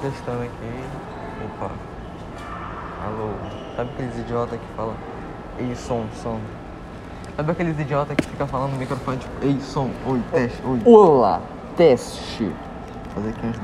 testando aqui. Opa. Alô. Sabe aqueles idiota que fala Ei, som, som. Sabe aqueles idiota que fica falando no microfone tipo Ei, som, oi, teste, oi. Olá, teste. Fazer aqui uns 10